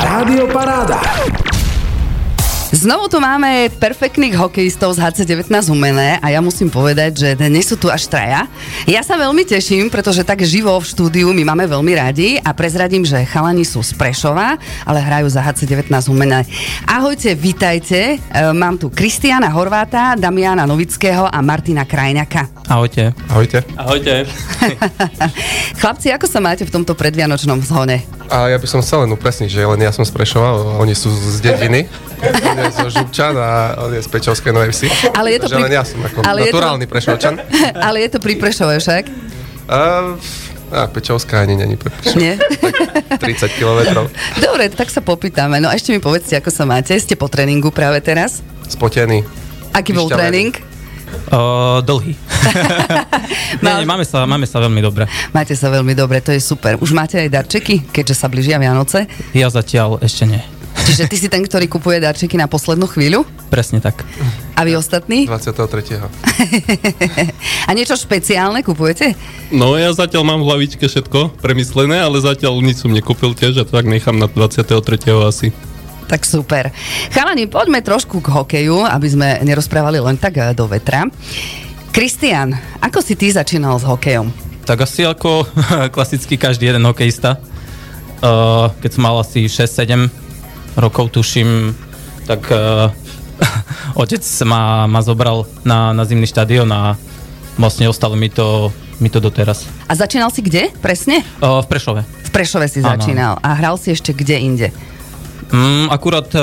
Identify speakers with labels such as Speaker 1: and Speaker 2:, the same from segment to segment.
Speaker 1: Rádio Paráda.
Speaker 2: Znovu tu máme perfektných hokejistov z HC19 Umené a ja musím povedať, že dnes sú tu až traja. Ja sa veľmi teším, pretože tak živo v štúdiu my máme veľmi radi a prezradím, že chalani sú z Prešova, ale hrajú za HC19 Umené. Ahojte, vitajte. E, Mám tu Kristiana Horváta, Damiana Novického a Martina Krajňaka.
Speaker 3: Ahojte.
Speaker 4: Ahojte.
Speaker 3: Ahojte.
Speaker 2: Chlapci, ako sa máte v tomto predvianočnom zhone?
Speaker 4: A ja by som chcel len upresniť, že len ja som z Prešova, oni sú z dediny. On je zo Župčan a on je z Pečovskej Novej Vsi.
Speaker 2: Ale je to
Speaker 4: Takže
Speaker 2: pri-
Speaker 4: len ja som ako
Speaker 2: ale je to-
Speaker 4: naturálny Prešovčan.
Speaker 2: ale je to pri Prešove však?
Speaker 4: A, a Pečovská ani není pre Prešov.
Speaker 2: Nie?
Speaker 4: 30 kilometrov.
Speaker 2: Dobre, tak sa popýtame. No a ešte mi povedzte, ako sa máte. Ste po tréningu práve teraz?
Speaker 4: Spotený.
Speaker 2: Aký bol
Speaker 4: Vyšťavený.
Speaker 2: tréning?
Speaker 3: O, dlhý. nie,
Speaker 2: Mal-
Speaker 3: nie, máme, sa, máme sa veľmi dobre.
Speaker 2: Máte sa veľmi dobre, to je super. Už máte aj darčeky, keďže sa blížia Vianoce.
Speaker 3: Ja zatiaľ ešte nie.
Speaker 2: Čiže ty si ten, ktorý kupuje darčeky na poslednú chvíľu
Speaker 3: Presne tak.
Speaker 2: a vy ostatní?
Speaker 4: 23.
Speaker 2: A niečo špeciálne kupujete?
Speaker 5: No ja zatiaľ mám v hlavičke všetko premyslené, ale zatiaľ nič som nekúpil tiež a to tak nechám na 23. asi.
Speaker 2: Tak super. Chalani, poďme trošku k hokeju, aby sme nerozprávali len tak eh, do vetra. Kristian, ako si ty začínal s hokejom?
Speaker 3: Tak asi ako klasicky každý jeden hokejista. O, keď som mal asi 6-7 rokov, tuším, tak o, otec ma, ma zobral na, na zimný štadión a vlastne ostalo mi to, mi to doteraz.
Speaker 2: A začínal si kde presne?
Speaker 3: O, v Prešove.
Speaker 2: V Prešove si
Speaker 3: Áno.
Speaker 2: začínal a hral si ešte kde inde.
Speaker 3: Mm, akurát e,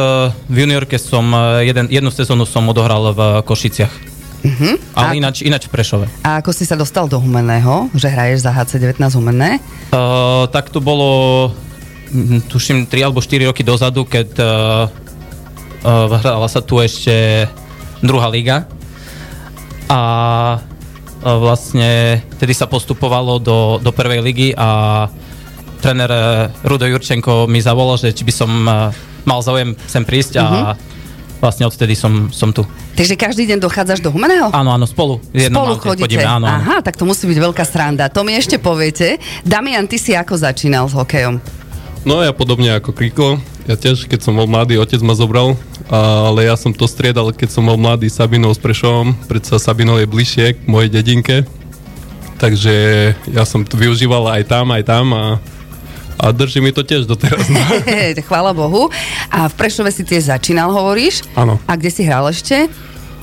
Speaker 3: v juniorke som e, jeden, jednu sezónu som odohral v e, Košiciach. Mm-hmm. Ale
Speaker 2: A-
Speaker 3: ináč, ináč v Prešove.
Speaker 2: A ako si sa dostal do Humenného, že hraješ za HC19 Humenné?
Speaker 3: Uh, tak to bolo, mm, tuším, 3 alebo 4 roky dozadu, keď uh, uh, hrala sa tu ešte druhá liga. A uh, vlastne tedy sa postupovalo do, do prvej ligy a tréner uh, Rudo Jurčenko mi zavolal, že či by som uh, mal záujem sem prísť a
Speaker 2: Mhm.
Speaker 3: vlastne odtedy som, som tu.
Speaker 2: Takže každý deň dochádzaš do Humenného?
Speaker 3: Áno, áno, spolu. v jednom
Speaker 2: Spolu
Speaker 3: aute
Speaker 2: chodíte.
Speaker 3: chodíme, áno, áno.
Speaker 2: Aha, tak to musí byť veľká sranda. To mi ešte poviete. Damian, ty si ako začínal s hokejom?
Speaker 5: No ja podobne ako Kriko, ja tiež keď som bol mladý, otec ma zobral, a- ale ja som to striedal, keď som bol mladý s Sabinou s Prešovom, predsa Sabinov je bližšie k mojej dedinke, takže ja som to využíval aj tam, aj tam a, a drží mi to tiež doteraz.
Speaker 2: Chvála Bohu. A v Prešove si tiež začínal, hovoríš?
Speaker 5: Áno.
Speaker 2: A kde si hral ešte?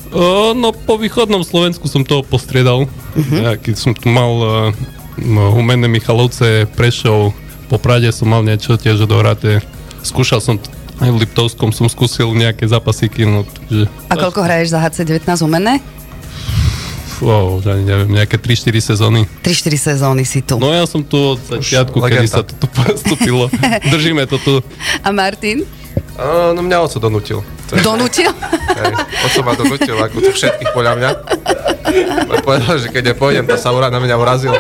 Speaker 5: O, no po východnom Slovensku som toho postriedal.
Speaker 2: Mhm.
Speaker 5: Uh-huh. Ja, keď som tu mal uh, Humenné Michalovce, Prešov, po Prade som mal niečo tiež dohraté. Skúšal som, t- aj v Liptovskom som skúsil nejaké zápasiky, no takže...
Speaker 2: A koľko hraješ za HC19 Humenné?
Speaker 5: Wow, ja neviem, nejaké 3-4 sezóny.
Speaker 2: 3-4 sezóny si tu.
Speaker 5: No ja som tu od začiatku,
Speaker 4: legenda.
Speaker 5: kedy sa to tu postupilo. Držíme to tu.
Speaker 2: A Martin?
Speaker 4: A, no mňa oco donútil. To je-
Speaker 2: Donútil?
Speaker 4: Hej, Oco ma donútil, ako to všetkých podľa mňa. Lebo Povedal, že keď nepôjdem, to sa ura na mňa urazil.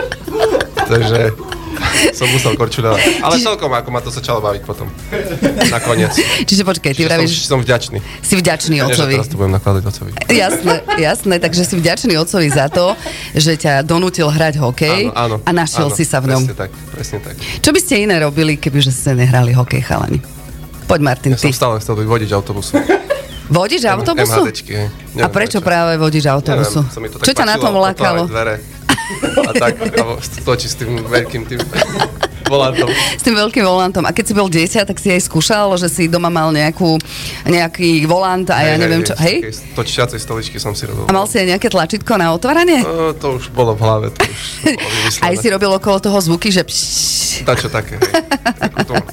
Speaker 4: Takže som musel korčuľovať. Ale celkom, ako ma to začalo baviť potom. Nakoniec.
Speaker 2: Čiže počkej, ty
Speaker 4: Čiže som,
Speaker 2: vravíš,
Speaker 4: som vďačný.
Speaker 2: si vďačný
Speaker 4: Nie, že
Speaker 2: ocovi.
Speaker 4: teraz to budem nakladať ocovi.
Speaker 2: Jasné, jasné, takže si vďačný otcovi za to, že ťa donútil hrať hokej a našiel
Speaker 4: áno,
Speaker 2: si sa v ňom.
Speaker 4: Presne tak, presne tak.
Speaker 2: Čo by ste iné robili, kebyže ste nehrali hokej, chalani? Poď Martin,
Speaker 4: Ja som
Speaker 2: ty.
Speaker 4: stále chcel byť vodič autobusu.
Speaker 2: Vodič autobusu?
Speaker 4: MHDčky, hej.
Speaker 2: A
Speaker 4: Neviem
Speaker 2: prečo práve vodič autobusu?
Speaker 4: Neviem, sa mi to tak
Speaker 2: Čo ťa na tom
Speaker 4: páčilo, otvárať
Speaker 2: lákalo?
Speaker 4: Dvere. A tak, alebo stočí s tým veľkým tým volantom.
Speaker 2: S tým veľkým volantom. A keď si bol dieťa, tak si aj skúšal, že si doma mal nejakú, nejaký volant a ja neviem čo. Hej?
Speaker 4: z takej Točiacej stoličky som si robil.
Speaker 2: A mal si aj nejaké tlačítko na otváranie?
Speaker 4: No, to už bolo v hlave, to už bolo vymyslené.
Speaker 2: Aj si robil okolo toho zvuky, že pšš.
Speaker 4: Tak čo také, hej. Ako to-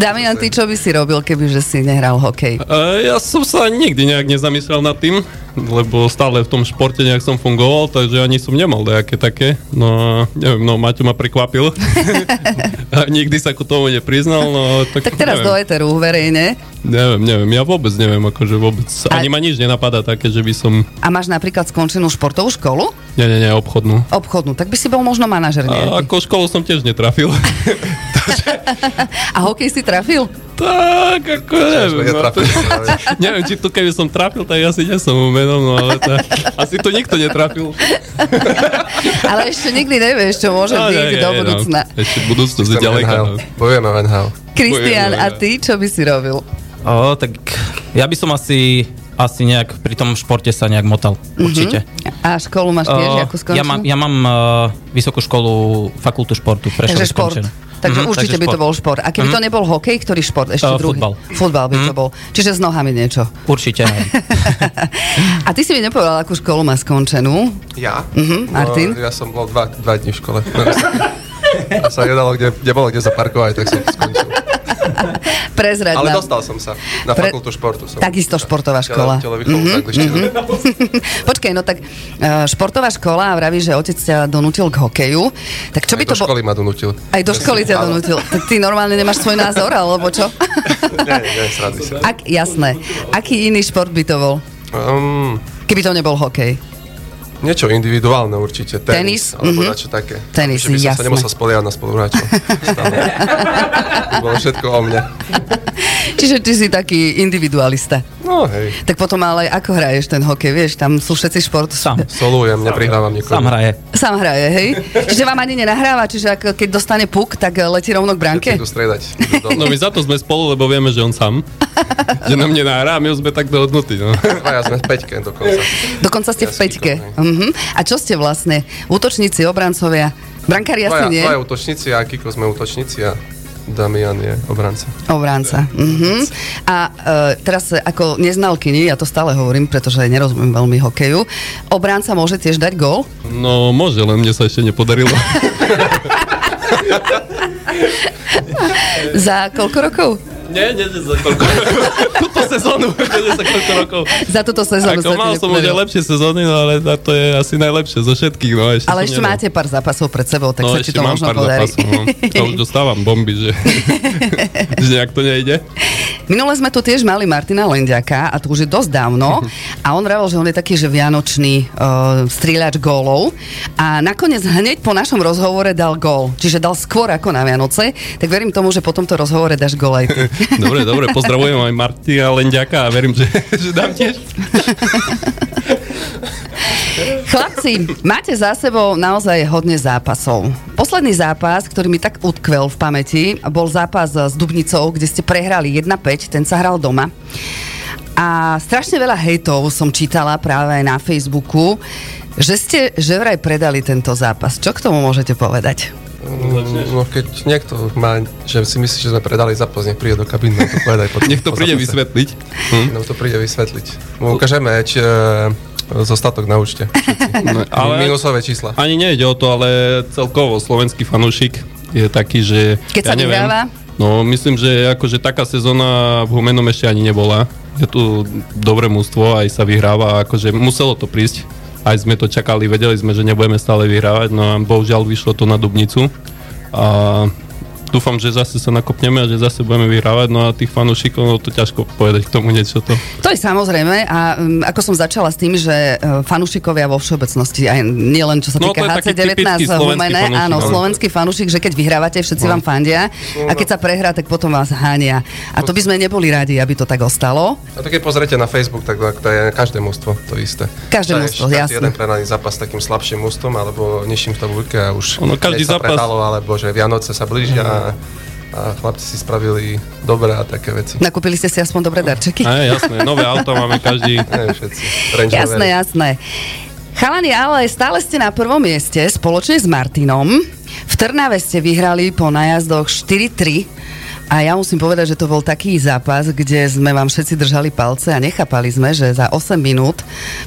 Speaker 2: Damian, ty čo by si robil, kebyže si nehral hokej?
Speaker 5: E, Ja som sa nikdy nejak nezamyslel nad tým, lebo stále v tom športe nejak som fungoval, takže ani som nemal nejaké také. No, a neviem, no Maťo ma prekvapil. a nikdy sa ku tomu nepriznal, no tak,
Speaker 2: Tak teraz do
Speaker 5: neviem,
Speaker 2: éteru verejne.
Speaker 5: neviem, neviem, ja vôbec neviem, akože vôbec.
Speaker 2: A-
Speaker 5: Ani ma nič nenapadá také, že by som,
Speaker 2: A máš napríklad skončenú športovú školu?
Speaker 5: nie, nie, nie, obchodnú.
Speaker 2: Obchodnú. Tak by si bol možno manažer nejaký.
Speaker 5: A ako školu som tiež netrafil.
Speaker 2: A hokej si trafil?
Speaker 5: tak, ako neviem. no, to- Neviem, či to keby som trafil, tak asi nie som umenom, no ale tá, asi to nikto netrafil.
Speaker 2: Ale ešte nikdy nevieš, čo môže
Speaker 5: Ale
Speaker 2: byť
Speaker 5: je,
Speaker 2: do
Speaker 5: no,
Speaker 2: budúcna.
Speaker 5: Ešte budúcnosť je ďaleka. no.
Speaker 4: Bojujem na NHL.
Speaker 2: Kristian,
Speaker 5: Bojujem,
Speaker 2: a
Speaker 5: no,
Speaker 2: ty čo by si robil?
Speaker 3: O, tak ja by som asi, asi nejak pri tom športe sa nejak motal, určite.
Speaker 2: A školu máš tiež,
Speaker 3: O,
Speaker 2: Mhm. ako skončil?
Speaker 3: ja mám, ja mám uh, vysokú školu, fakultu športu, prešli
Speaker 2: Takže šport. Takže
Speaker 3: Mhm,
Speaker 2: určite
Speaker 3: takže
Speaker 2: by to
Speaker 3: šport.
Speaker 2: bol šport. A keby
Speaker 4: Mhm.
Speaker 2: to nebol hokej, ktorý šport? Ešte
Speaker 3: Eh,
Speaker 2: druhý.
Speaker 3: futbal.
Speaker 2: Futbal by to bol. Čiže s nohami niečo.
Speaker 3: Určite, no. áno.
Speaker 2: A ty si mi nepovedal, akú školu má skončenú.
Speaker 4: Ja?
Speaker 2: Mhm, Martin?
Speaker 4: No, ja som bol dva, dva dní v škole. No, A sa nedalo, kde, nebolo kde zaparkovať, tak som skončil.
Speaker 2: Prezrad
Speaker 4: Ale
Speaker 2: nám.
Speaker 4: dostal som sa na
Speaker 2: Teda- Pre-
Speaker 4: fakultu športu. Som.
Speaker 2: Takisto športová
Speaker 4: Tele-
Speaker 2: škola. Mhm,
Speaker 4: Telovýchovu, mm-hmm. angličtinu.
Speaker 2: Počkej, no tak eh, športová škola a vraví, že otec ťa donútil k hokeju. Tak čo by
Speaker 4: Aj
Speaker 2: to
Speaker 4: do
Speaker 2: bolo?
Speaker 4: školy ma donútil.
Speaker 2: Aj do
Speaker 4: Ja
Speaker 2: školy
Speaker 4: som-
Speaker 2: ťa
Speaker 4: áno.
Speaker 2: donútil. Tak ty normálne nemáš svoj názor, alebo čo?
Speaker 4: Nie, nie, nie, srandy sa.
Speaker 2: Ak, jasné. Aký iný šport by to bol?
Speaker 4: Um,
Speaker 2: Keby to nebol hokej.
Speaker 4: niečo individuálne určite.
Speaker 2: Tenis,
Speaker 4: Tenis, alebo
Speaker 2: mhm.
Speaker 4: niečo také.
Speaker 2: Tenis,
Speaker 4: Že by som
Speaker 2: jasné.
Speaker 4: sa nemusel spoliehať na spoluhráčov. Stále. To bolo všetko o mne.
Speaker 2: Čiže ty si taký individualista.
Speaker 4: No hej,
Speaker 2: Tak potom ale ako hraješ ten hokej, vieš, tam sú všetci šport.
Speaker 3: Sám,
Speaker 4: solujem, neprihrávam nikomu.
Speaker 3: sám hraje.
Speaker 2: Sám hraje, hej? Čiže vám ani nenahráva, čiže ak, keď dostane puk, tak eh, letí rovno k bránke?
Speaker 4: Idú striedať. idú dole.
Speaker 5: No my za to sme spolu, lebo vieme, že on sám. Že na mne náhrá, my už sme tak dohodnutí. No.
Speaker 4: Dvaja sme v peťke dokonca.
Speaker 2: Dokonca ste v
Speaker 4: Ja som
Speaker 2: peťke.
Speaker 4: výkonný.
Speaker 2: Mhm. A čo ste vlastne? Útočníci, obrancovia? Brankári asi
Speaker 4: Dvaja,
Speaker 2: nie?
Speaker 4: dvaja útočníci a Kiko sme útočníci a Damian je obranca.
Speaker 2: Obránca. Mhm. A e, teraz e, ako neznalkyni, ja to stále hovorím, pretože nerozumiem veľmi hokeju, obránca môže tiež dať gól?
Speaker 5: no môže, len mne sa ešte nepodarilo.
Speaker 2: Za koľko rokov?
Speaker 5: nie, nie, nie, za koľko. Túto sezónu, nie, za koľko rokov.
Speaker 2: Za túto sezónu. sa ti
Speaker 5: Ako, mal som už
Speaker 2: nepodarilo.
Speaker 5: aj lepšie sezóny, no ale to je asi najlepšie zo všetkých. No, ešte
Speaker 2: Ale
Speaker 5: som
Speaker 2: ešte
Speaker 5: nedal.
Speaker 2: máte pár zápasov pred sebou, tak
Speaker 5: no,
Speaker 2: sa ti
Speaker 5: ešte
Speaker 2: to
Speaker 5: mám
Speaker 2: možno
Speaker 5: pár
Speaker 2: podarí.
Speaker 5: zápasov, no. Ja už dostávam bomby, že, že nejak to nejde.
Speaker 2: Minule sme tu tiež mali Martina Lendiaka a to už je dosť dávno a on vravel, že on je taký, že vianočný uh, strieľač gólov a nakoniec hneď po našom rozhovore dal gól, čiže dal skôr ako na Vianoce, tak verím tomu, že po tomto rozhovore dáš gól aj ty.
Speaker 5: Dobre, dobre, pozdravujem aj Martina Lenďaka a verím, že, že dám tiež.
Speaker 2: Chlapci, máte za sebou naozaj hodne zápasov. Posledný zápas, ktorý mi tak utkvel v pamäti, bol zápas s Dubnicou, kde ste prehrali 1-5, ten sa hral doma. A strašne veľa hejtov som čítala práve aj na Facebooku, že ste že vraj predali tento zápas. Čo k tomu môžete povedať?
Speaker 4: No keď niekto má, že si myslí, že sme predali zápas, nech príde do kabíny, nám to povedaj. Potom,
Speaker 5: Nech to príde vysvetliť. Hm?
Speaker 4: Nám to príde vysvetliť. Mu ukážeme, či e, zostatok na účte.
Speaker 5: No,
Speaker 4: Ale...
Speaker 5: ale
Speaker 4: Minusové čísla.
Speaker 5: ani nejde o to, ale celkovo slovenský fanúšik je taký, že...
Speaker 2: Keď sa
Speaker 5: neviem,
Speaker 2: vyhráva?
Speaker 5: No, myslím, že akože taká sezóna v Humenom ešte ani nebola. Je tu dobré mústvo, aj sa vyhráva, akože muselo to prísť. Aj sme to čakali, vedeli sme, že nebudeme stále vyhrávať, no a bohužiaľ vyšlo to na Dubnicu. A dúfam, že zase sa nakopneme a že zase budeme vyhrávať, no a tých fanúšikov, no to ťažko povedať k tomu niečo to.
Speaker 2: To je samozrejme a um, ako som začala s tým, že uh, fanúšikovia vo všeobecnosti, aj nielen čo sa
Speaker 5: No,
Speaker 2: týka
Speaker 5: to je taký
Speaker 2: HC19
Speaker 5: typický slovenský
Speaker 2: Humene,
Speaker 5: fanúšik,
Speaker 2: áno,
Speaker 5: áno. No.
Speaker 2: slovenský fanúšik, že keď vyhrávate, všetci vám fandia a keď sa prehrá, tak potom vás hánia. A to by sme neboli radi, aby to tak ostalo.
Speaker 4: A to keď pozrete na Facebook, tak to je každé mústvo to isté.
Speaker 2: Každé
Speaker 4: Tá je
Speaker 2: mužstvo,
Speaker 4: každý
Speaker 2: jasné.
Speaker 4: jeden predaný zápas s takým slabším mústvom alebo nižším v tabulke a už
Speaker 5: Ono,
Speaker 4: hneď
Speaker 5: každý
Speaker 4: sa
Speaker 5: zápas- Mhm.
Speaker 4: predalo, alebo že Vianoce sa blížia a, a chlapci si spravili dobré a také veci.
Speaker 2: Nakúpili ste si aspoň dobré darčeky.
Speaker 5: Aj, jasné, nové auto máme každý,
Speaker 4: Ne, všetci. Range
Speaker 2: Jasné,
Speaker 4: Rovery.
Speaker 2: jasné. Chalani, ale stále ste na prvom mieste spoločne s Martinom. V Trnave ste vyhrali po najazdoch 4-3 a ja musím povedať, že to bol taký zápas, kde sme vám všetci držali palce a nechápali sme, že za 8 minút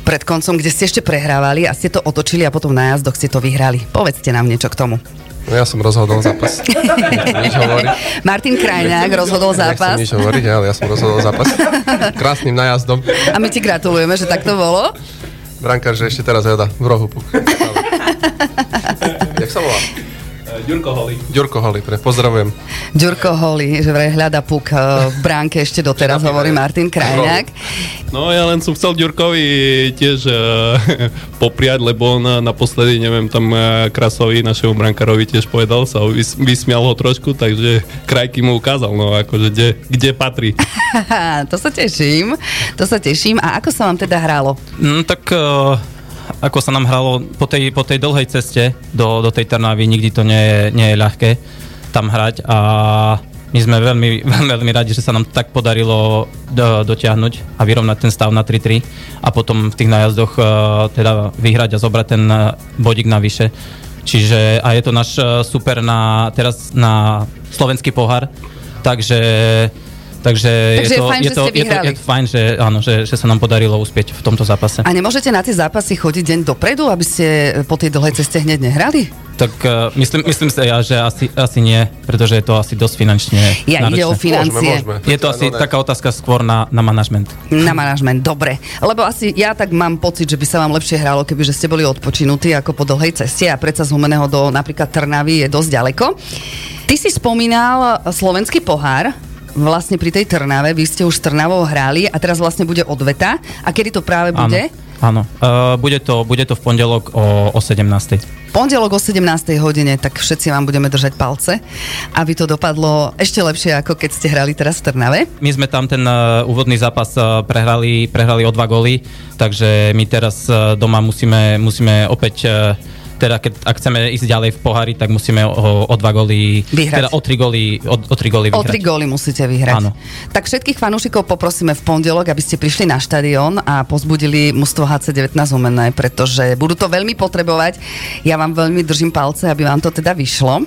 Speaker 2: pred koncom, kde ste ešte prehrávali a ste to otočili a potom na jazdoch ste to vyhrali. Povedzte nám niečo k tomu.
Speaker 4: No ja som rozhodol zápas. Nechcem nič hovoriť.
Speaker 2: Martin Krajňák rozhodol
Speaker 4: Nechcem
Speaker 2: zápas
Speaker 4: nič hovoriť, ale ja som rozhodol zápas. Krásnym najazdom.
Speaker 2: a my ti gratulujeme, že tak to bolo.
Speaker 4: Brankár, že ešte teraz hľada v rohu puk. Ale- Jak sa volá?
Speaker 5: eh, Ďurko Holý.
Speaker 4: Ďurko Holý, pre, pozdravujem.
Speaker 2: Ďurko Holi, že vraj hľada puk e, v bránke ešte doteraz,
Speaker 4: Čo tam je?
Speaker 2: hovorí Martin Krajňák.
Speaker 5: No ja len som chcel Ďurkovi tiež uh, popriať, lebo on eh, naposledy, neviem, tam eh, Krasovi, našemu brankárovi tiež povedal sa, vys- vysmial ho trošku, takže krajky mu ukázal, no akože kde, kde patrí.
Speaker 2: Haha, to sa teším, to sa teším. A ako sa vám teda hrálo?
Speaker 3: Mm, tak uh, ako sa nám hralo po tej, po tej dlhej ceste do, do tej Trnavy, nikdy to nie je, nie je ľahké tam hrať a my sme veľmi, veľmi, veľmi radi, že sa nám tak podarilo do, dotiahnuť a vyrovnať ten stav na 3-3 a potom v tých najazdoch uh, teda vyhrať a zobrať ten eh, bodík navyše. Čiže a je to náš eh, super na, teraz na slovenský pohár, takže Takže,
Speaker 2: Takže je
Speaker 3: je, to,
Speaker 2: fajn,
Speaker 3: je,
Speaker 2: že ste
Speaker 3: to, je, to, je
Speaker 2: vyhrali.
Speaker 3: to fajn, že, áno, že, že sa nám podarilo uspieť v tomto zápase.
Speaker 2: A nemôžete na tie zápasy chodiť deň dopredu, aby ste po tej dlhej ceste hneď nehrali?
Speaker 3: Tak uh, myslím, myslím sa ja, že asi, asi nie, pretože je to asi dosť finančne
Speaker 2: Ja ide o
Speaker 3: náročné.
Speaker 2: financie.
Speaker 4: Môžeme, môžeme.
Speaker 3: Je to asi
Speaker 4: No, ne.
Speaker 3: taká otázka skôr na, na manažment.
Speaker 2: Na manažment, dobre. Lebo asi ja tak mám pocit, že by sa vám lepšie hralo, keby že ste boli odpočinutí ako po dlhej ceste a predsa z Humeného do napríklad Trnavy je dosť ďaleko. Ty si spomínal slovenský pohár, vlastne pri tej Trnave, vy ste už s Trnavou hrali a teraz vlastne bude odveta. A kedy to práve bude?
Speaker 3: Áno, áno. Uh, bude, to, bude to v pondelok o, o 17.
Speaker 2: Pondelok o 17. hodine, tak všetci vám budeme držať palce, aby to dopadlo ešte lepšie, ako keď ste hrali teraz v Trnave.
Speaker 3: My sme tam ten uh, úvodný zápas uh, prehrali, prehrali o dva góly, takže my teraz uh, doma musíme, musíme opäť uh, teda keď, ak chceme ísť ďalej v pohári, tak musíme o, o dva góly,
Speaker 2: Vyhrať.
Speaker 3: teda o tri góly, o, o tri góly
Speaker 2: O
Speaker 3: vyhrať.
Speaker 2: tri góly musíte vyhrať.
Speaker 3: Áno.
Speaker 2: Tak všetkých fanúšikov poprosíme v pondelok, aby ste prišli na štadión a pozbudili mužstvo HC19 Umené, pretože budú to veľmi potrebovať. Ja vám veľmi držím palce, aby vám to teda vyšlo.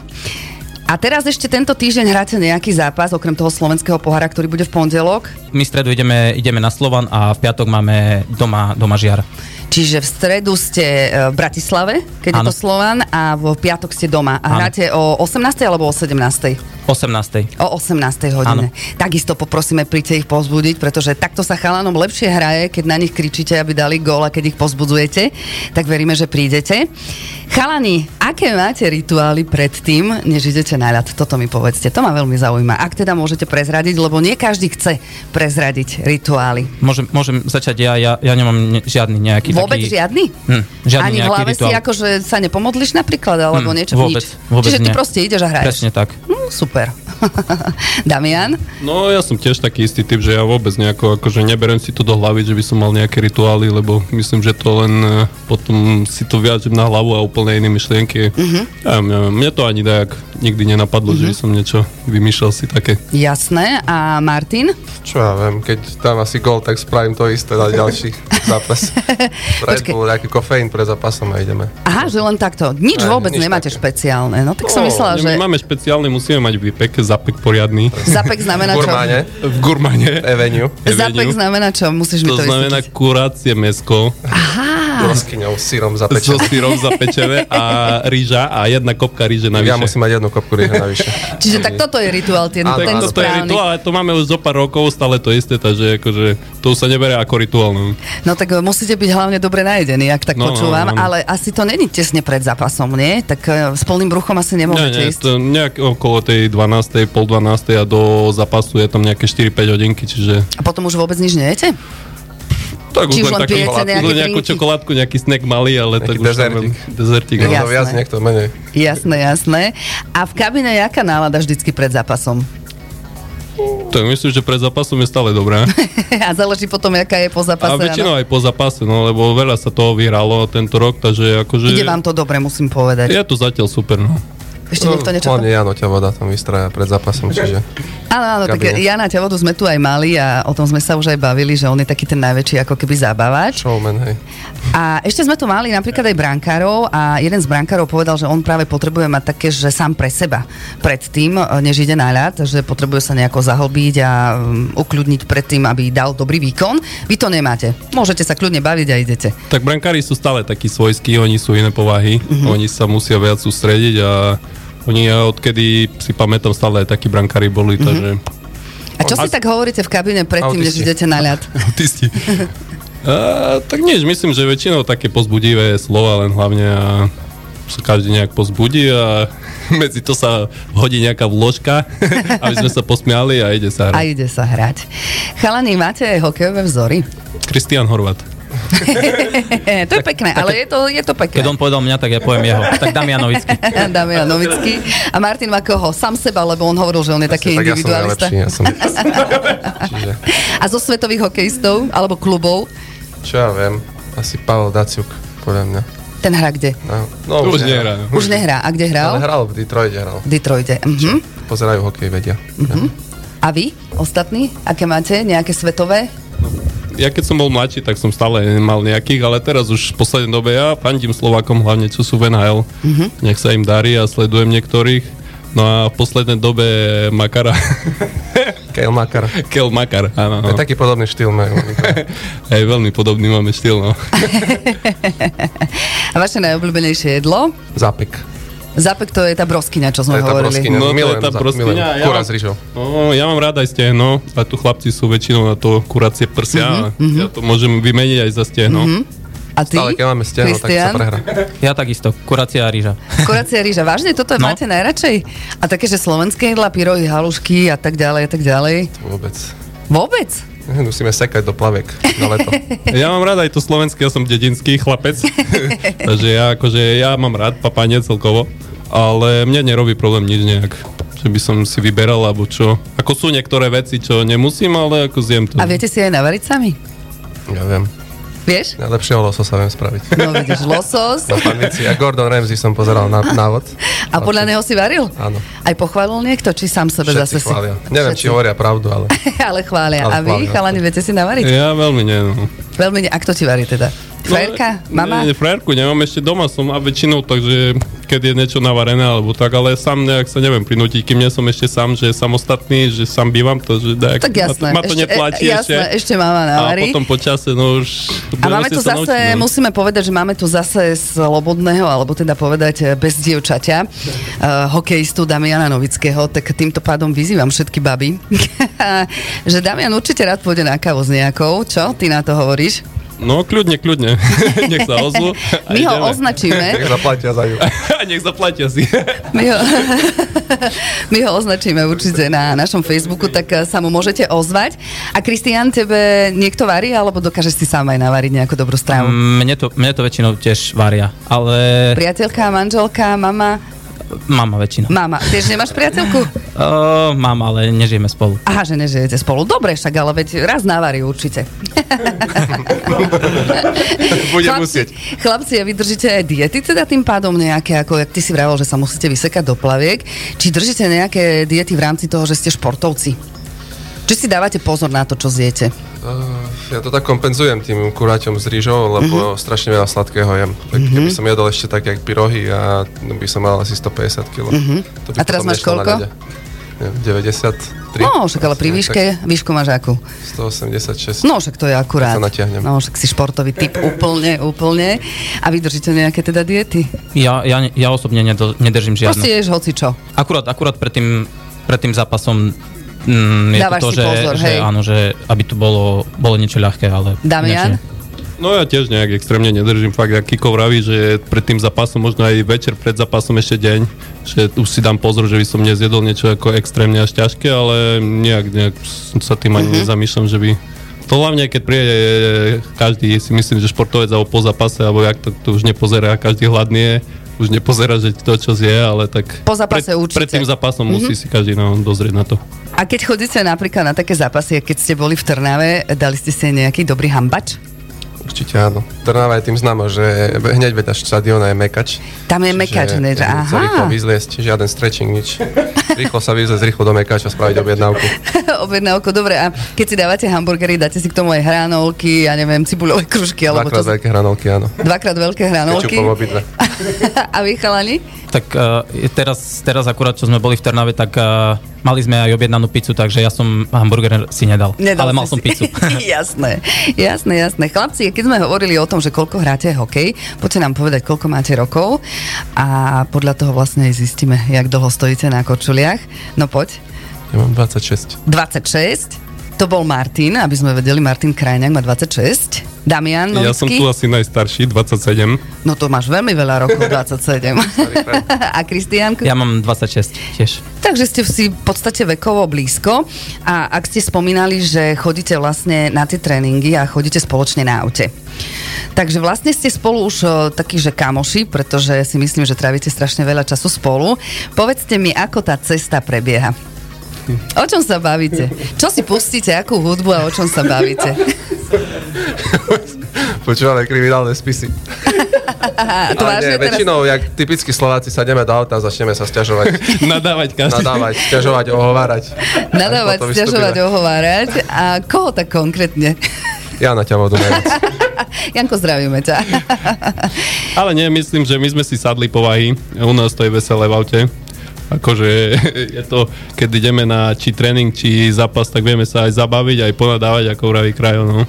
Speaker 2: A teraz ešte tento týždeň hráte nejaký zápas, okrem toho slovenského pohára, ktorý bude v pondelok.
Speaker 3: My v stredu ideme, ideme na Slovan a v piatok máme doma, doma žiar.
Speaker 2: Čiže v stredu ste e, v Bratislave, keď je
Speaker 3: Áno.
Speaker 2: to Slovan, a v piatok ste doma. A
Speaker 3: Áno.
Speaker 2: hráte o 18. alebo o 17.
Speaker 3: 18.
Speaker 2: O 18. hodine. Takisto poprosíme, príďte ich pozbudiť, pretože takto sa chalanom lepšie hraje, keď na nich kričíte, aby dali gól a keď ich pozbudzujete, tak veríme, že prídete. Chalani, aké máte rituály predtým, než idete na ľad? Toto mi povedzte, to ma veľmi zaujíma. Ak teda môžete prezradiť, lebo nie každý chce prezradiť rituály.
Speaker 3: Môžem, môžem začať ja, ja, ja nemám ne, žiadny nejaký
Speaker 2: Vôbec
Speaker 3: taký...
Speaker 2: žiadny?
Speaker 3: Hm, žiadny
Speaker 2: Ani v
Speaker 3: nejaký
Speaker 2: hlave
Speaker 3: rituál.
Speaker 2: si akože sa nepomodliš napríklad, alebo
Speaker 3: Hm,
Speaker 2: niečo?
Speaker 3: vôbec,
Speaker 2: Nič.
Speaker 3: vôbec
Speaker 2: Čiže ty
Speaker 3: nie.
Speaker 2: proste ideš a hraješ?
Speaker 3: Presne tak.
Speaker 2: Hm, super. Damian?
Speaker 5: No ja som tiež taký istý typ, že ja vôbec nejako, akože neberem si to do hlavy, že by som mal nejaké rituály, lebo myslím, že to len eh, potom si to viažem na hlavu a úplne iné myšlienky. A mňa, mne to ani tak nikdy nenapadlo, že by som niečo vymýšľal si také.
Speaker 2: Jasné. A Martin?
Speaker 4: Čo ja viem, keď dám asi gol, tak spravím to isté na ďalší zápas. Red
Speaker 2: Počkej.
Speaker 4: Bull, nejaký kofeín pred zápasom a ideme.
Speaker 2: Aha, že len takto. Nič
Speaker 4: Ne,
Speaker 2: vôbec
Speaker 4: nič
Speaker 2: nemáte
Speaker 4: také.
Speaker 2: špeciálne. No tak som
Speaker 5: No,
Speaker 2: myslela,
Speaker 5: ne-
Speaker 2: že
Speaker 5: Máme špeciálne, musíme mať výpek, zapek poriadny
Speaker 2: zapek znamená čo?
Speaker 4: Gurmáne,
Speaker 5: v gurmane.
Speaker 4: Eveniu,
Speaker 2: Zapek
Speaker 5: Eveniu.
Speaker 2: znamená čo? Musíš mi
Speaker 5: To
Speaker 2: to
Speaker 5: znamená
Speaker 2: vysvetliť.
Speaker 5: kurácie mesko
Speaker 2: Ah.
Speaker 4: rozkyňou, sírom
Speaker 5: so
Speaker 4: zapečené.
Speaker 5: syrom zapečené a rýža a jedna kopka rýže navyše.
Speaker 4: Ja musím mať jednu kopku rýže navyše.
Speaker 2: Čiže tak toto je rituál, ten,
Speaker 4: Áno,
Speaker 2: ten
Speaker 4: áno.
Speaker 5: to je
Speaker 2: správny.
Speaker 5: rituál, ale to máme už zo pár rokov, stále to isté, takže akože to už sa nebere ako rituál. No.
Speaker 2: No tak e, musíte byť hlavne dobre najedení, ak tak
Speaker 5: No,
Speaker 2: počúvam,
Speaker 5: áno, áno.
Speaker 2: ale asi to není tesne pred zápasom, nie? Tak e, s plným bruchom asi
Speaker 5: Nie,
Speaker 2: nemôžete
Speaker 5: nie,
Speaker 2: ísť.
Speaker 5: to nejak okolo tej 12. pol 12. a do zápasu je tam nejaké 4-5 hodinky, čiže
Speaker 2: A potom už vôbec nič nejete?
Speaker 5: tak
Speaker 2: Či už len pijete
Speaker 5: čokoládku,
Speaker 2: nejaké
Speaker 5: len nejakú
Speaker 2: drinky.
Speaker 5: čokoládku, nejaký snack malý, ale
Speaker 4: Nejaký
Speaker 5: tak už tam
Speaker 4: dezertík.
Speaker 5: len dezertík.
Speaker 4: Niekto
Speaker 5: No.
Speaker 2: Jasné.
Speaker 4: viac, niekto menej.
Speaker 2: Jasné, jasné. A v kabine jaká nálada vždycky pred zápasom?
Speaker 5: Tak myslím, že pred zápasom je stále dobrá.
Speaker 2: A záleží potom, jaká je po
Speaker 5: A
Speaker 2: zápase. áno.
Speaker 5: väčšinou aj po zápase, no lebo veľa sa toho vyhralo tento rok, takže akože...
Speaker 2: Ide vám to dobre, musím povedať.
Speaker 5: Je to zatiaľ super, no.
Speaker 2: Ešte niekto niečo...
Speaker 4: Hlavne Jano ťa voda tam vystraja pred zápasom, čiže...
Speaker 2: Áno, áno, tak
Speaker 4: Gabriel.
Speaker 2: Jana Ťavodu sme tu aj mali a o tom sme sa už aj bavili, že on je taký ten najväčší ako keby zábavač.
Speaker 4: Showman, hej.
Speaker 2: A ešte sme tu mali napríklad aj brankárov a jeden z brankárov povedal, že on práve potrebuje mať také, že sám pre seba predtým, e, než ide na ľad, že potrebuje sa nejako zahlbiť a um, ukľudniť predtým, aby dal dobrý výkon. Vy to nemáte. Môžete sa kľudne baviť a idete.
Speaker 5: Tak brankári sú stále takí svojskí, oni sú iné povahy,
Speaker 2: Mhm.
Speaker 5: oni sa musia viac sústrediť a oni ja odkedy si pamätám stále aj takí brankári boli,
Speaker 2: Mhm.
Speaker 5: takže
Speaker 2: A čo si
Speaker 5: Autisti.
Speaker 2: tak hovoríte v kabíne predtým, než
Speaker 4: Autisti.
Speaker 2: idete na ľad?
Speaker 5: autisti. A, tak nie, myslím, že väčšinou také pozbudivé slova, len hlavne a sa každý nejak pozbudí a medzi to sa hodí nejaká vložka, aby sme sa posmiali a ide
Speaker 2: A
Speaker 5: sa hrať.
Speaker 2: ide sa hrať. Chalani, máte aj hokejové vzory?
Speaker 5: Kristian Horvat.
Speaker 2: to je pekné, ale je to, je to pekné.
Speaker 3: Keď on povedal mňa, tak ja poviem jeho. Tak Damianovický.
Speaker 2: Damian Novický. A Martin má koho? Sám seba, lebo on hovoril, že on je taký
Speaker 4: tak ja som
Speaker 2: individualista.
Speaker 4: najlepší. Ja som... Čiže,
Speaker 2: a zo svetových hokejistov, alebo klubov,
Speaker 4: čo ja viem, asi Pavel Daciuk, podľa mňa.
Speaker 2: ten hra kde?
Speaker 4: No, no
Speaker 5: Už nehrá.
Speaker 2: Už nehrá. A kde hral?
Speaker 4: Ale hral, v Detroite hral.
Speaker 2: V Detroite. Mhm.
Speaker 4: Pozerajú hokej, vedia.
Speaker 2: A vy, ostatní, aké máte? Nejaké svetové?
Speaker 5: Ja keď som bol mladší, tak som stále mal nejakých, ale teraz už v poslednej dobe ja fandím Slovákom hlavne, čo sú v NHL.
Speaker 4: Mhm.
Speaker 5: Nech sa im darí a sledujem niektorých. No a v poslednej dobe Makara,
Speaker 4: Kale Makar.
Speaker 5: Kel Makar, áno.
Speaker 2: No.
Speaker 4: To
Speaker 5: áno.
Speaker 4: je taký podobný štýl. majú oni.
Speaker 5: Hej, veľmi podobný máme štýl, no.
Speaker 2: A vaše najobľúbenejšie jedlo?
Speaker 4: Zápek.
Speaker 2: Zapek to je tá broskyňa, čo
Speaker 4: To
Speaker 2: sme
Speaker 4: je tá
Speaker 2: hovorili.
Speaker 4: broskyňa.
Speaker 5: No, to
Speaker 4: Milujem
Speaker 5: je tá
Speaker 4: zap-
Speaker 5: broskyňa,
Speaker 4: milujem.
Speaker 5: ja-
Speaker 4: Kura s rýžou.
Speaker 5: No, ja mám rád aj stehno, a tu chlapci sú väčšinou na to kuracie
Speaker 4: Mhm,
Speaker 5: prsia, mm-hmm. ja to môžem vymeniť aj za stehno. Mm-hmm.
Speaker 2: A ty,
Speaker 4: Ale keď máme steno, tak sa
Speaker 2: Kristian?
Speaker 4: prehra.
Speaker 3: Ja takisto. Kuracia a rýža.
Speaker 2: Kuracia rýža, vážne, toto no.
Speaker 3: No.
Speaker 2: máte najradšej? A také, že slovenské jedla, pyrohy, halušky a tak ďalej, a tak ďalej.
Speaker 4: Vôbec.
Speaker 2: Vôbec?
Speaker 4: Musíme sekať do plaviek na leto.
Speaker 5: Ja mám rád aj to slovenské, ja som dedinský chlapec, takže ja, akože, ja mám rád papanie celkovo, ale mne nerobí problém nič nejak, že by som si vyberal alebo čo. Ako sú niektoré veci, čo nemusím, ale ako zjem
Speaker 4: Mm.
Speaker 5: to.
Speaker 2: A viete si aj navariť sami?
Speaker 4: Ja viem.
Speaker 2: Vieš?
Speaker 4: Najlepšieho lososa viem spraviť.
Speaker 2: No vidíš, losos
Speaker 4: Na pamici. A Gordon Ramsay som pozeral na návod.
Speaker 2: a podľa neho si varil?
Speaker 4: Áno.
Speaker 2: Aj pochválil niekto, či sám sebe zase
Speaker 4: no, Všetci chvália.
Speaker 2: si...
Speaker 4: Neviem, či hovoria pravdu, ale
Speaker 2: Ale chvália.
Speaker 4: Ale
Speaker 2: a vy,
Speaker 4: chvália.
Speaker 2: chalani, viete si navariť?
Speaker 5: Ja veľmi nie, no.
Speaker 2: Veľmi ne... A kto ti varí teda? Frajerka?
Speaker 5: No,
Speaker 2: Mama?
Speaker 5: Nie, frajerku nemám ešte doma, som a väčšinou, takže keď je niečo navarené alebo tak, ale sám nejak sa neviem prinútiť, kým nie som ešte sám, že samostatný, že sám bývam, to, že nejak,
Speaker 2: Tak jasné.
Speaker 5: ma to, ma to
Speaker 2: ešte,
Speaker 5: neplatí
Speaker 2: e,
Speaker 5: ešte.
Speaker 2: jasné, ešte mama
Speaker 5: a
Speaker 2: navarí.
Speaker 5: potom počase, no už...
Speaker 2: A
Speaker 5: budeme
Speaker 2: máme
Speaker 5: si
Speaker 2: tu
Speaker 5: sa
Speaker 2: zase,
Speaker 5: naučiť, no.
Speaker 2: musíme povedať, že máme tu zase slobodného, alebo teda povedať eh, bez dievčaťa, eh, hokejistu Damiana Novického, tak týmto pádom vyzývam všetky baby, že Damian určite rád pôjde na kávu s nejakou, čo? Ty na to hovoríš?
Speaker 5: No, kľudne, kľudne. nech sa ozvu. a
Speaker 2: My ho
Speaker 5: ideme.
Speaker 2: označíme,
Speaker 4: nech zaplatia za ju.
Speaker 5: A nech zaplatia si.
Speaker 2: my ho, my ho označíme určite na našom Facebooku, tak eh, sa mu môžete ozvať. A Kristian, tebe niekto varí, alebo dokážeš si sám aj navariť nejakú dobrú
Speaker 5: Mm.
Speaker 2: stravu?
Speaker 3: Mm, Mne to, mne to väčšinou tiež varia. Ale
Speaker 2: Priateľka, manželka, mama,
Speaker 3: mama väčšinou.
Speaker 2: mama. Tiež nemáš priateľku?
Speaker 3: Uh, mám, ale nežijeme spolu.
Speaker 2: Aha, že nežijete spolu. Dobre však, ale veď raz navarí určite.
Speaker 4: Bude musieť.
Speaker 2: Chlapci, a vy držíte aj diety, teda tým pádom nejaké, ako jak ty si vravel, že sa musíte vysekať do plaviek. Či držíte nejaké diety v rámci toho, že ste športovci? Či si dávate pozor na to, čo zjete?
Speaker 4: Eh, Ja to tak kompenzujem tým kuráťom s rýžou,
Speaker 2: Mhm.
Speaker 4: lebo strašne veľa sladkého jem. Tak keby som jedol ešte tak, jak pyrohy, a by som mal asi 150 kg. To by
Speaker 2: Mhm. A teraz
Speaker 4: potom
Speaker 2: máš
Speaker 4: nešlo na
Speaker 2: koľko?
Speaker 4: ľade. Neviem, 93.
Speaker 2: No, však ale pri
Speaker 4: Asi,
Speaker 2: výške, výšku máš akú?
Speaker 4: tak 186.
Speaker 2: No, však to je akurát.
Speaker 4: Sa natiahnem.
Speaker 2: No, však si športový typ úplne, úplne. A vy držíte nejaké teda diety?
Speaker 3: Ja, ja, ja osobne nedo, nedržím
Speaker 2: Proste
Speaker 3: žiadne.
Speaker 2: ješ hocičo.
Speaker 3: Akurát, akurát pred tým, pred tým zápasom mm, je
Speaker 2: Dávaš
Speaker 3: to, to
Speaker 2: si
Speaker 3: že,
Speaker 2: pozor,
Speaker 3: že
Speaker 2: hej.
Speaker 3: áno, že aby to bolo, bolo niečo ľahké, ale...
Speaker 2: Damian?
Speaker 3: ináč nie.
Speaker 5: No ja tiež nejak extrémne nedržím fakt, jak Kiko vraví, že pred tým zápasom, možno aj večer pred zápasom ešte deň, že už si dám pozor, že by som nezjedol niečo ako extrémne až ťažké, ale nejak, nejak sa tým
Speaker 2: Mhm.
Speaker 5: ani nezamýšľam, že by... To hlavne, keď príde každý, si myslím, že športovec alebo po zápase, alebo jak to, to už nepozerá, každý hladný je, už nepozerá, že to, čo zje, ale tak...
Speaker 2: Po zápase
Speaker 5: pred,
Speaker 2: určite. Mhm.
Speaker 5: Pred tým zápasom musí si každý no, dozrieť na to.
Speaker 2: A keď chodíte napríklad na také zápasy, keď ste boli v Trnave, dali ste si nejaký dobrý hambač?
Speaker 4: Určite áno. Trnava je tým známa, že hneď vedľa štadióna je mekač.
Speaker 2: Tam je mekač,
Speaker 4: Čiže
Speaker 2: hneď,
Speaker 4: sa
Speaker 2: aha.
Speaker 4: rýchlo vyzliesť, žiaden stretching, nič. Rýchlo sa vyzliesť, rýchlo do mekača spraviť objednávku.
Speaker 2: Obed na oko, dobre. A keď si dávate hamburgery, dáte si k tomu aj hranolky, ja neviem, cibuľové kružky, alebo čo...
Speaker 4: Dvakrát veľké hranolky, áno.
Speaker 2: Dvakrát veľké hranolky.
Speaker 4: Kečupom obidve.
Speaker 2: A vy chalani?
Speaker 3: Tak uh, teraz, teraz akurát, čo sme boli v Trnave, tak uh, mali sme aj objednanú pizzu, takže ja som hamburger si nedal.
Speaker 2: Nedal
Speaker 3: ale mal
Speaker 2: si
Speaker 3: som
Speaker 2: si.
Speaker 3: pizzu.
Speaker 2: jasné, jasné, jasné. Chlapci, keď sme hovorili o tom, že koľko hráte hokej, poďte nám povedať, koľko máte rokov a podľa toho vlastne aj zistíme, jak dlho stojíte na korčuliach. No poď.
Speaker 4: Ja mám 26.
Speaker 2: 26, to bol Martin, aby sme vedeli, Martin Krajňák má 26. Damian
Speaker 5: Ja som
Speaker 2: Novický?
Speaker 5: tu asi najstarší, 27.
Speaker 2: No to máš veľmi veľa rokov, 27. a Kristian?
Speaker 3: Ja mám 26 tiež.
Speaker 2: Takže ste si v podstate vekovo blízko a ak ste spomínali, že chodíte vlastne na tie tréningy a chodíte spoločne na aute. Takže vlastne ste spolu už o, takí, že kamoši, pretože si myslím, že trávite strašne veľa času spolu. Povedzte mi, ako tá cesta prebieha. O čom sa bavíte? Čo si pustíte, akú hudbu a o čom sa bavíte?
Speaker 4: Počúvame kriminálne spisy.
Speaker 2: A to
Speaker 4: Ale nie,
Speaker 2: vážne teraz...
Speaker 4: väčšinou, jak typicky Slováci, sadneme do auta a začneme sa sťažovať.
Speaker 5: Nadávať každý.
Speaker 4: Nadávať, sťažovať, ohovárať.
Speaker 2: Nadávať,
Speaker 4: Potom vystúpime.
Speaker 2: stiažovať, ohovárať. A koho tak konkrétne?
Speaker 4: Ja na ťa vodu najviac.
Speaker 2: Janko, zdravíme ťa.
Speaker 5: Ale nie, myslím, že my sme si sadli povahy. U nás to je veselé v aute. Akože je to, keď ideme na či tréning, či zápas, tak vieme sa aj zabaviť, aj ponadávať, ako vraví krajo, no.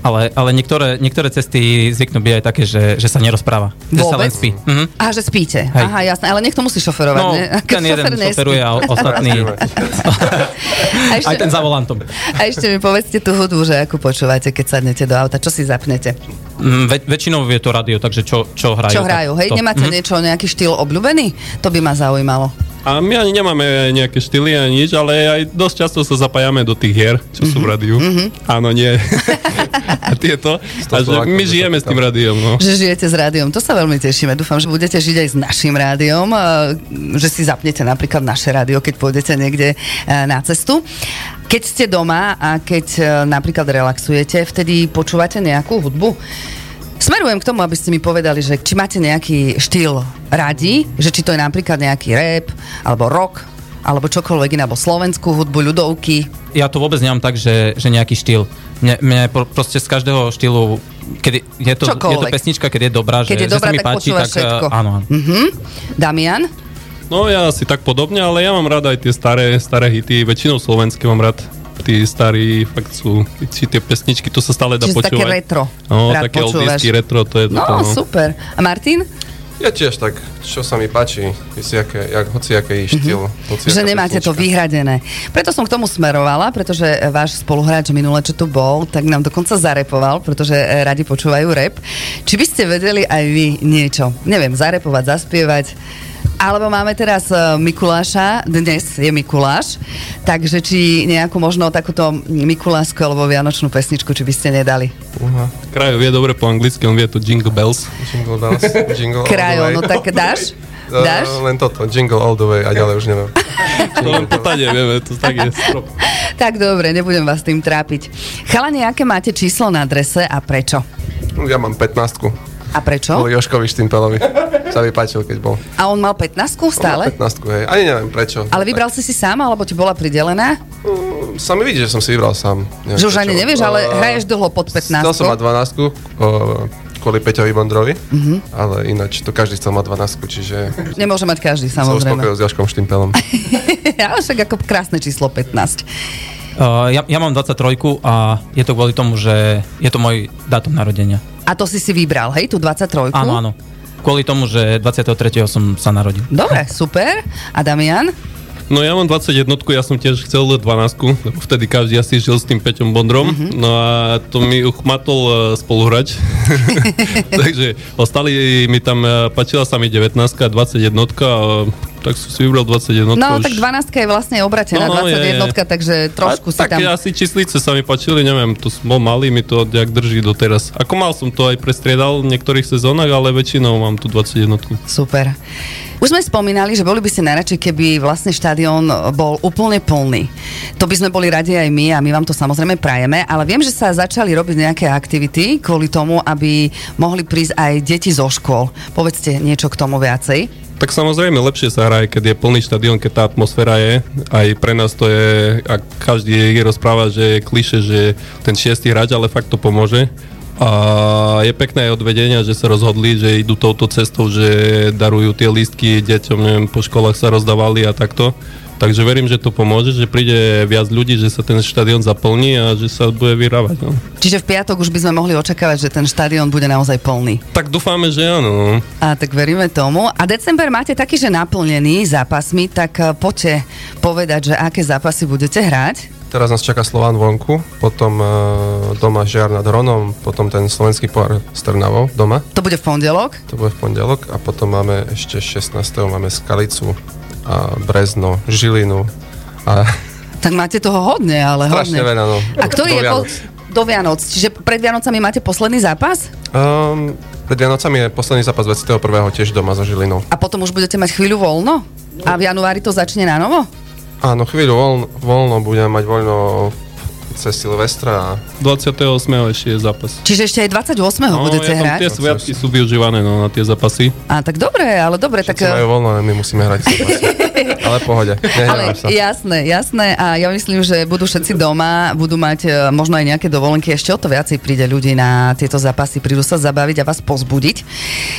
Speaker 3: Ale, ale niektoré, niektoré cesty zvyknú byť aj také, že, že sa nerozpráva. Že sa
Speaker 2: Vôbec?
Speaker 3: len spí. Mhm.
Speaker 2: Aha, že spíte.
Speaker 3: Hej.
Speaker 2: Aha, jasné, ale niekto musí šoferovať,
Speaker 3: No,
Speaker 2: ne? A keď
Speaker 3: ten jeden
Speaker 2: šofer nespí.
Speaker 3: šoferuje a o- ostatný...
Speaker 2: A ešte,
Speaker 3: Aj ten za volantom.
Speaker 2: a ešte mi povedzte tú hudbu, že akú počúvate, keď sadnete do auta, čo si zapnete?
Speaker 3: Mm, Ve- väčšinou je to rádio, takže čo, čo hrajú.
Speaker 2: Čo
Speaker 3: tak
Speaker 2: hrajú, hej?
Speaker 3: to.
Speaker 2: Nemáte
Speaker 3: Mhm.
Speaker 2: niečo, nejaký štýl obľúbený? To by ma zaujímalo.
Speaker 5: A my ani nemáme nejaké štýly ani nič, ale aj dosť často sa zapájame do tých hier, čo sú v rádiu. Áno, nie. a tieto. A že
Speaker 4: Slovákom
Speaker 5: my
Speaker 4: to
Speaker 5: žijeme
Speaker 4: sa
Speaker 5: s tým rádiom, no.
Speaker 2: Že žijete s rádiom, to sa veľmi tešíme. Dúfam, že budete žiť aj s našim rádiom, e, že si zapnete napríklad naše rádio, keď pôjdete niekde e, na cestu. Keď ste doma a keď e, napríklad relaxujete, vtedy počúvate nejakú hudbu? Smerujem k tomu, aby ste mi povedali, že či máte nejaký štýl radi, že či to je napríklad nejaký rap, alebo rock, alebo čokoľvek iné, alebo slovenskú hudbu, ľudovky.
Speaker 3: Ja to vôbec nemám tak, že, že nejaký štýl. Mne, mne pro- proste z každého štýlu, keď je to, je to
Speaker 2: Čokoľvek.
Speaker 3: pesnička, keď je
Speaker 2: Keď
Speaker 3: dobrá, že,
Speaker 2: je dobrá,
Speaker 3: že sa mi
Speaker 2: tak
Speaker 3: páči,
Speaker 2: počúvaš
Speaker 3: tak eh,
Speaker 2: všetko.
Speaker 3: áno. áno.
Speaker 2: Mhm. Damian?
Speaker 5: No ja asi tak podobne, ale ja mám rád aj tie staré, staré hity, väčšinou slovenské mám rád. Tí starí fakt sú, či tie pesničky, to sa stále dá
Speaker 2: Čiže
Speaker 5: počúvať.
Speaker 2: také retro.
Speaker 5: No,
Speaker 2: rád
Speaker 5: také
Speaker 2: počúvaš.
Speaker 5: oldiesky retro, to je to.
Speaker 2: No, super. A Martin?
Speaker 4: Ja tiež tak, čo sa mi páči, hociaké, jak, hociaký štýl. Mm-hmm.
Speaker 2: Mhm. Že nemáte to vyhradené. Preto som k tomu smerovala, pretože e, váš spoluhráč minule, čo tu bol, tak nám dokonca zarepoval, pretože e, radi počúvajú rep. Či by ste vedeli aj vy niečo? Neviem, zarepovať, zaspievať. Alebo máme teraz e, Mikuláša, dnes je Mikuláš, takže či nejakú možno takúto Mikulásku alebo Vianočnú pesničku, či by ste nedali?
Speaker 4: Uha,
Speaker 5: Krajov vie dobre po anglicky, on vie to Jingle Bells.
Speaker 4: jingle bells, jingle all the
Speaker 2: Krajo,
Speaker 4: way.
Speaker 2: no tak dáš?
Speaker 4: Eh,
Speaker 2: Dáš?
Speaker 4: Len toto, jingle all the way a ďalej už neviem.
Speaker 5: To len po tade, vieme, to tak je strop.
Speaker 2: Tak dobre, nebudem vás tým trápiť. Chalani, aké máte číslo na drese a prečo?
Speaker 4: No, Ja mám 15
Speaker 2: A prečo?
Speaker 4: Bol Joškovi Štimpelovi. Sa mi páčil, keď bol.
Speaker 2: A on mal 15 stále?
Speaker 4: 15 hej. Ani neviem prečo.
Speaker 2: Ale vybral si si sám, alebo ti bola pridelená?
Speaker 4: Tak, Sa mi vidí, že som si vybral sám. Neviem,
Speaker 2: Že už
Speaker 4: prečo.
Speaker 2: ani nevieš, ale
Speaker 4: Eh,
Speaker 2: hraješ dlho pod 15.
Speaker 4: Chcel som mať 12 kvôli Peťovi Bondrovi,
Speaker 2: Mhm.
Speaker 4: ale ináč to každý chcel mať 12 čiže
Speaker 2: Nemôže mať každý,
Speaker 4: sa
Speaker 2: samozrejme.
Speaker 4: uspokojil s Joškom Štimpelom.
Speaker 2: Ale však ako krásne číslo 15.
Speaker 3: Uh, ja, ja mám 23 a je to kvôli tomu, že je to môj dátum narodenia.
Speaker 2: A to si si vybral, hej, tú 23?
Speaker 3: Áno, áno. Kvôli tomu, že 23. som sa narodil.
Speaker 2: Dobre, super. A Damian?
Speaker 5: No ja mám 21, ja som tiež chcel 12, lebo vtedy každý asi žil s tým Peťom Bondrom,
Speaker 2: Mhm.
Speaker 5: no a to mi uchmatol eh, spoluhráč. Takže ostali mi tam, eh, páčila sa mi 19 a 21, a tak som si vybral 21.
Speaker 2: No,
Speaker 5: už.
Speaker 2: tak 12 je vlastne obratená,
Speaker 5: No, no, je,
Speaker 2: 21,
Speaker 5: je.
Speaker 2: takže trošku
Speaker 5: A
Speaker 2: si
Speaker 5: tak
Speaker 2: tam...
Speaker 5: asi číslice sa mi páčili, neviem, to som bol malý, mi to nejak drží doteraz. Ako mal som to aj prestriedal v niektorých sezónach, ale väčšinou mám tu 21.
Speaker 2: Super. Už sme spomínali, že boli by ste najradšej, keby vlastne štadión bol úplne plný. To by sme boli radi aj my a my vám to samozrejme prajeme, ale viem, že sa začali robiť nejaké aktivity kvôli tomu, aby mohli prísť aj deti zo škôl. Povedzte niečo k tomu viacej.
Speaker 5: Tak samozrejme lepšie sa hraje, keď je plný štadión, keď tá atmosféra je. Aj pre nás to je, a každý je rozpráva, že je kliše, že ten šiestý hráč, ale fakt to pomôže. A je pekné aj odvedenia, že sa rozhodli, že idú touto cestou, že darujú tie lístky deťom, neviem, po školách sa rozdávali a takto. Takže verím, že to pomôže, že príde viac ľudí, že sa ten štadión zaplní a že sa bude vyrávať. No.
Speaker 2: Čiže v piatok už by sme mohli očakávať, že ten štadión bude naozaj plný.
Speaker 5: Tak dúfame, že áno. No.
Speaker 2: A tak veríme tomu. A december máte taký, že naplnený zápasmi, tak eh, poďte povedať, že aké zápasy budete hrať.
Speaker 4: Teraz nás čaká Slován vonku, potom e, doma Žiar nad Hronom, potom ten slovenský pohár s Trnavou doma,
Speaker 2: To bude v pondelok.
Speaker 4: to bude v pondelok a potom máme ešte 16. máme Skalicu a Brezno, Žilinu a
Speaker 2: Tak máte toho hodne, ale
Speaker 4: strašne
Speaker 2: hodne.
Speaker 4: veľa. No,
Speaker 2: A ktorý
Speaker 4: Do
Speaker 2: je... po-
Speaker 4: Vianoc.
Speaker 2: Do Vianoc. Čiže pred Vianocami máte posledný zápas?
Speaker 4: Um, pred Vianocami je posledný zápas 21. tiež doma so Žilinou.
Speaker 2: A potom už budete mať chvíľu voľno? A v januári to začne na novo?
Speaker 4: Áno, chvíľu voľno, voľno budem mať voľno cez Silvestra a
Speaker 5: 28. ešte je zápas. No,
Speaker 2: Čiže ešte aj 28. No,
Speaker 4: No,
Speaker 2: budete
Speaker 5: ja tam
Speaker 2: hrať?
Speaker 5: tie sviatky sú využívané no, na tie zápasy.
Speaker 2: A tak dobre, ale dobre, tak... e,
Speaker 4: všetci majú voľno a my musíme hrať. zápas. Ale pohode,
Speaker 2: Ale
Speaker 4: nehnevám sa.
Speaker 2: jasné, jasné a ja myslím, že budú všetci doma, budú mať e, možno aj nejaké dovolenky, ešte o to viacej príde ľudí na tieto zápasy, prídu sa zabaviť a vás pozbudiť.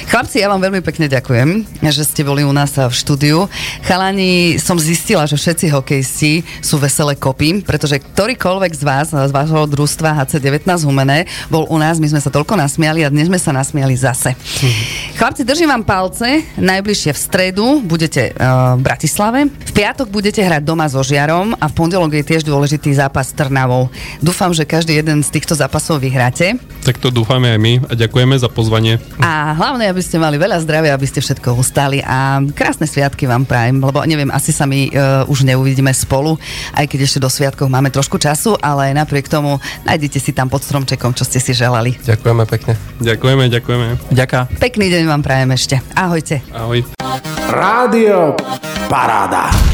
Speaker 2: Chlapci, ja vám veľmi pekne ďakujem, že ste boli u nás e, v štúdiu. Chalani, som zistila, že všetci hokejisti sú veselé kopy, pretože ktorýkoľvek z vás, e, z vášho družstva HC19 Humené, bol u nás, my sme sa toľko nasmiali a dnes sme sa nasmiali zase. Chlapci, držím vám palce, najbližšie v stredu budete e, v Bratislave, v piatok budete hrať doma so Žiarom a v pondelok je tiež dôležitý zápas s Trnavou. Dúfam, že každý jeden z týchto zápasov vyhráte
Speaker 5: Tak to dúfame aj my a ďakujeme za pozvanie.
Speaker 2: a hlavne, aby ste mali veľa zdravia, aby ste všetko ustali a krásne sviatky vám prajem, lebo neviem, asi sa my e, už neuvidíme spolu, aj keď ešte do sviatkov máme trošku času, ale napriek tomu nájdete si tam pod stromčekom, čo ste si želali.
Speaker 4: Ďakujeme pekne.
Speaker 5: Ďakujeme, ďakujeme.
Speaker 3: Ďaká.
Speaker 2: Pekný deň vám prajem ešte. Ahojte.
Speaker 5: Ahoj.
Speaker 1: Rádio Paráda.